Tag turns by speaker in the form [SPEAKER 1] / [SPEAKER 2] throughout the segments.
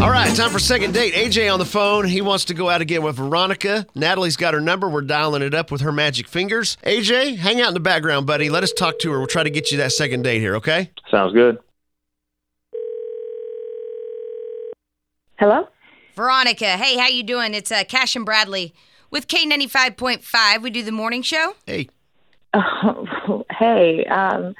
[SPEAKER 1] All right, time for second date. AJ on the phone. He wants to go out again with Veronica. Natalie's got her number. We're dialing it up with her magic fingers. AJ, hang out in the background, buddy. Let us talk to her. We'll try to get you that second date here, okay?
[SPEAKER 2] Sounds good.
[SPEAKER 3] Hello?
[SPEAKER 4] Veronica, hey, how you doing? It's uh, Cash and Bradley with K95.5. We do the morning show.
[SPEAKER 1] Hey,
[SPEAKER 3] Oh, hey, um,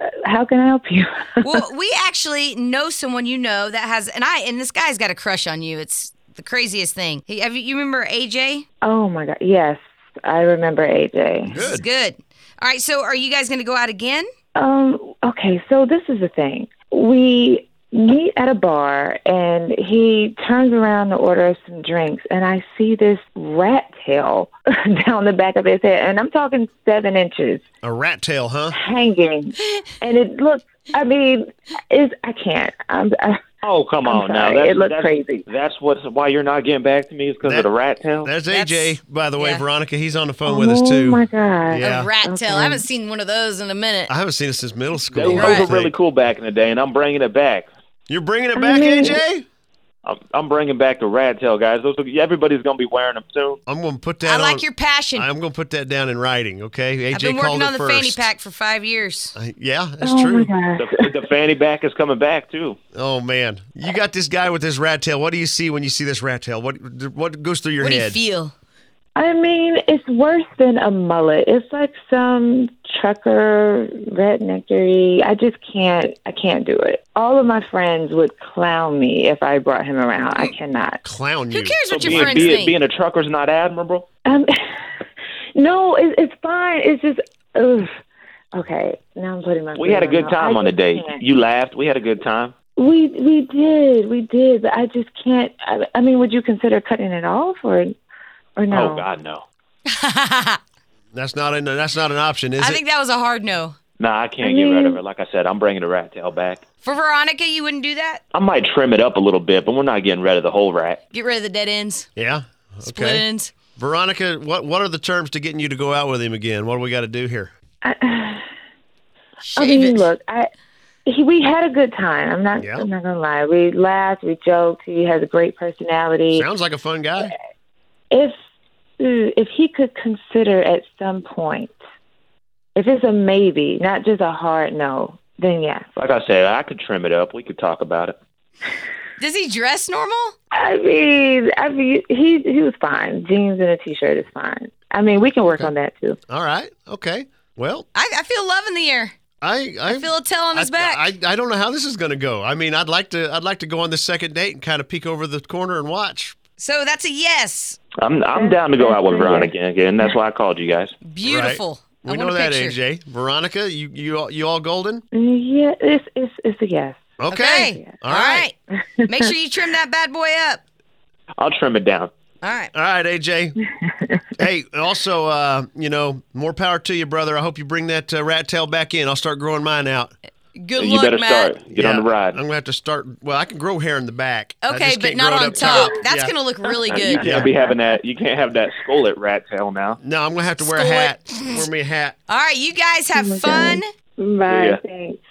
[SPEAKER 3] uh, how can I help you?
[SPEAKER 4] Well, we actually know someone you know that has and I and this guy's got a crush on you. It's the craziest thing. He, have you, you remember AJ?
[SPEAKER 3] oh my God. Yes, I remember AJ.
[SPEAKER 4] This is
[SPEAKER 1] good.
[SPEAKER 4] good. All right, so are you guys going to go out again?
[SPEAKER 3] Um, okay, so this is the thing. We meet at a bar, and he turns around to order some drinks, and I see this rat tail down the back of his head, and I'm talking seven inches
[SPEAKER 1] A rat tail, huh?
[SPEAKER 3] hanging, and it looks. I mean, is I can't. I'm. I,
[SPEAKER 2] Oh, come
[SPEAKER 3] I'm
[SPEAKER 2] on now.
[SPEAKER 3] sorry.
[SPEAKER 2] That's,
[SPEAKER 3] It looked
[SPEAKER 2] that's,
[SPEAKER 3] crazy.
[SPEAKER 2] That's what's why you're not getting back to me is because
[SPEAKER 1] That-
[SPEAKER 2] of the rat tail.
[SPEAKER 1] That's
[SPEAKER 4] That's-
[SPEAKER 1] AJ, by the way,
[SPEAKER 4] yeah.
[SPEAKER 1] Veronica. He's on the phone
[SPEAKER 3] oh
[SPEAKER 1] with us, too.
[SPEAKER 3] my God.
[SPEAKER 1] Yeah.
[SPEAKER 4] A rat tail.
[SPEAKER 3] Okay.
[SPEAKER 4] I haven't seen one of those in a minute.
[SPEAKER 1] I haven't seen it since middle school.
[SPEAKER 2] They- Those
[SPEAKER 1] I don't
[SPEAKER 2] were
[SPEAKER 1] think.
[SPEAKER 2] really cool back in the day, and I'm bringing it back.
[SPEAKER 1] You're bringing it
[SPEAKER 3] I
[SPEAKER 1] back,
[SPEAKER 3] mean-
[SPEAKER 1] AJ?
[SPEAKER 2] I'm, I'm bringing back the rat tail, guys. Those, are- everybody's gonna be wearing them soon.
[SPEAKER 1] I'm going to put
[SPEAKER 4] I
[SPEAKER 1] that on.
[SPEAKER 4] like your passion. i
[SPEAKER 1] I'm going to put that down in writing, okay? AJ
[SPEAKER 4] have been
[SPEAKER 1] called
[SPEAKER 4] working
[SPEAKER 1] it
[SPEAKER 4] on the
[SPEAKER 1] first.
[SPEAKER 4] fanny pack for five years.
[SPEAKER 1] I- yeah, that's
[SPEAKER 3] oh
[SPEAKER 1] true.
[SPEAKER 3] my God.
[SPEAKER 2] The, the fanny back is coming back too.
[SPEAKER 1] Oh man, you got this guy with this rat tail. What do you see when you see this rat tail? What what goes through your
[SPEAKER 4] What do you
[SPEAKER 1] head?
[SPEAKER 4] feel?
[SPEAKER 3] I mean, it's worse than a mullet. It's like some trucker redneckery. I just can't. I can't do it. All of my friends would clown me if I brought him around. I cannot.
[SPEAKER 1] Clown you.
[SPEAKER 4] Who cares what
[SPEAKER 2] So
[SPEAKER 4] your
[SPEAKER 2] being,
[SPEAKER 4] friends
[SPEAKER 2] being,
[SPEAKER 4] think?
[SPEAKER 2] being a trucker's not admirable.
[SPEAKER 3] Um, no, it, it's fine. It's just. Ugh. Okay, now I'm putting my.
[SPEAKER 2] We had a
[SPEAKER 3] feelings
[SPEAKER 2] good
[SPEAKER 3] out.
[SPEAKER 2] time
[SPEAKER 3] I
[SPEAKER 2] on the
[SPEAKER 3] just
[SPEAKER 2] date.
[SPEAKER 3] can't.
[SPEAKER 2] You laughed. We had a good time.
[SPEAKER 3] We we did we did, but I just can't. I, I mean, would you consider cutting it off or, or no?
[SPEAKER 2] Oh God, no.
[SPEAKER 1] That's not an that's not an option, is
[SPEAKER 4] I
[SPEAKER 1] it?
[SPEAKER 4] think that was a hard no.
[SPEAKER 2] Nah, I can't
[SPEAKER 3] I
[SPEAKER 2] get rid of
[SPEAKER 3] mean-
[SPEAKER 2] it. Like I said, I'm bringing the rat tail back.
[SPEAKER 4] For Veronica, you wouldn't do that?
[SPEAKER 2] I might trim it up a little bit, but we're not getting rid of the whole rat.
[SPEAKER 4] Get rid of the dead ends,
[SPEAKER 1] yeah.
[SPEAKER 4] split
[SPEAKER 1] Okay.
[SPEAKER 4] ends.
[SPEAKER 1] Veronica, what what are the terms to getting you to go out with him again? What do we got to do here?
[SPEAKER 3] I, I
[SPEAKER 4] Shave
[SPEAKER 3] mean,
[SPEAKER 4] it.
[SPEAKER 3] look, I he, we had a good time. I'm not.
[SPEAKER 1] Yeah.
[SPEAKER 3] I'm not gonna lie. We laughed. We joked. He has a great personality.
[SPEAKER 1] Sounds like a fun guy.
[SPEAKER 3] If if he could consider at some point, if it's a maybe, not just a hard no, then yeah.
[SPEAKER 2] Like I said, I could trim it up. We could talk about it.
[SPEAKER 4] Does he dress normal?
[SPEAKER 3] I mean, I mean, he he was fine. Jeans and a t-shirt is fine. I mean, we can work on that too.
[SPEAKER 1] All right. Okay. Well,
[SPEAKER 4] I, I feel love in the air.
[SPEAKER 1] I I,
[SPEAKER 4] I feel a tail on his
[SPEAKER 1] I-
[SPEAKER 4] back.
[SPEAKER 1] I, I don't know how this is going to go. I mean, I'd like to I'd like to go on this second date and kind of peek over the corner and watch.
[SPEAKER 4] so that's a yes.
[SPEAKER 2] I'm I'm
[SPEAKER 3] That's-
[SPEAKER 2] down to go
[SPEAKER 3] that's
[SPEAKER 2] out with
[SPEAKER 3] pretty
[SPEAKER 2] Veronica again. That's why I called you guys.
[SPEAKER 4] Beautiful.
[SPEAKER 1] We
[SPEAKER 4] I want
[SPEAKER 1] know
[SPEAKER 4] a
[SPEAKER 1] that,
[SPEAKER 4] picture.
[SPEAKER 1] AJ. Veronica, you you all, you all golden?
[SPEAKER 3] Mm, Yeah, it's it's it's a yes.
[SPEAKER 1] Okay. All right.
[SPEAKER 4] All right. Make sure you trim that bad boy up.
[SPEAKER 2] I'll trim it down.
[SPEAKER 4] All right.
[SPEAKER 1] All right, AJ. hey, also, uh, you know, more power to you, brother. I hope you bring that uh, rat tail back in. I'll start growing mine out.
[SPEAKER 4] Good
[SPEAKER 2] you
[SPEAKER 4] luck,
[SPEAKER 2] better
[SPEAKER 4] Matt.
[SPEAKER 2] start. Get on the
[SPEAKER 1] Yeah,
[SPEAKER 2] ride.
[SPEAKER 1] I'm gonna have to start. Well, I can grow hair in the back. I
[SPEAKER 4] Okay,
[SPEAKER 1] just
[SPEAKER 4] but
[SPEAKER 1] can't
[SPEAKER 4] not
[SPEAKER 1] grow it
[SPEAKER 4] on
[SPEAKER 1] up top.
[SPEAKER 4] top. That's
[SPEAKER 1] Yeah.
[SPEAKER 4] going to look really
[SPEAKER 2] You
[SPEAKER 4] good.
[SPEAKER 2] can't be having that. You can't have that skulllet rat tail now.
[SPEAKER 1] No, I'm gonna have to wear a
[SPEAKER 4] Skull it.
[SPEAKER 1] hat. wear me a hat.
[SPEAKER 4] All right, you guys have
[SPEAKER 3] Oh my
[SPEAKER 4] fun.
[SPEAKER 3] God. Bye.
[SPEAKER 2] Yeah.
[SPEAKER 3] Thanks.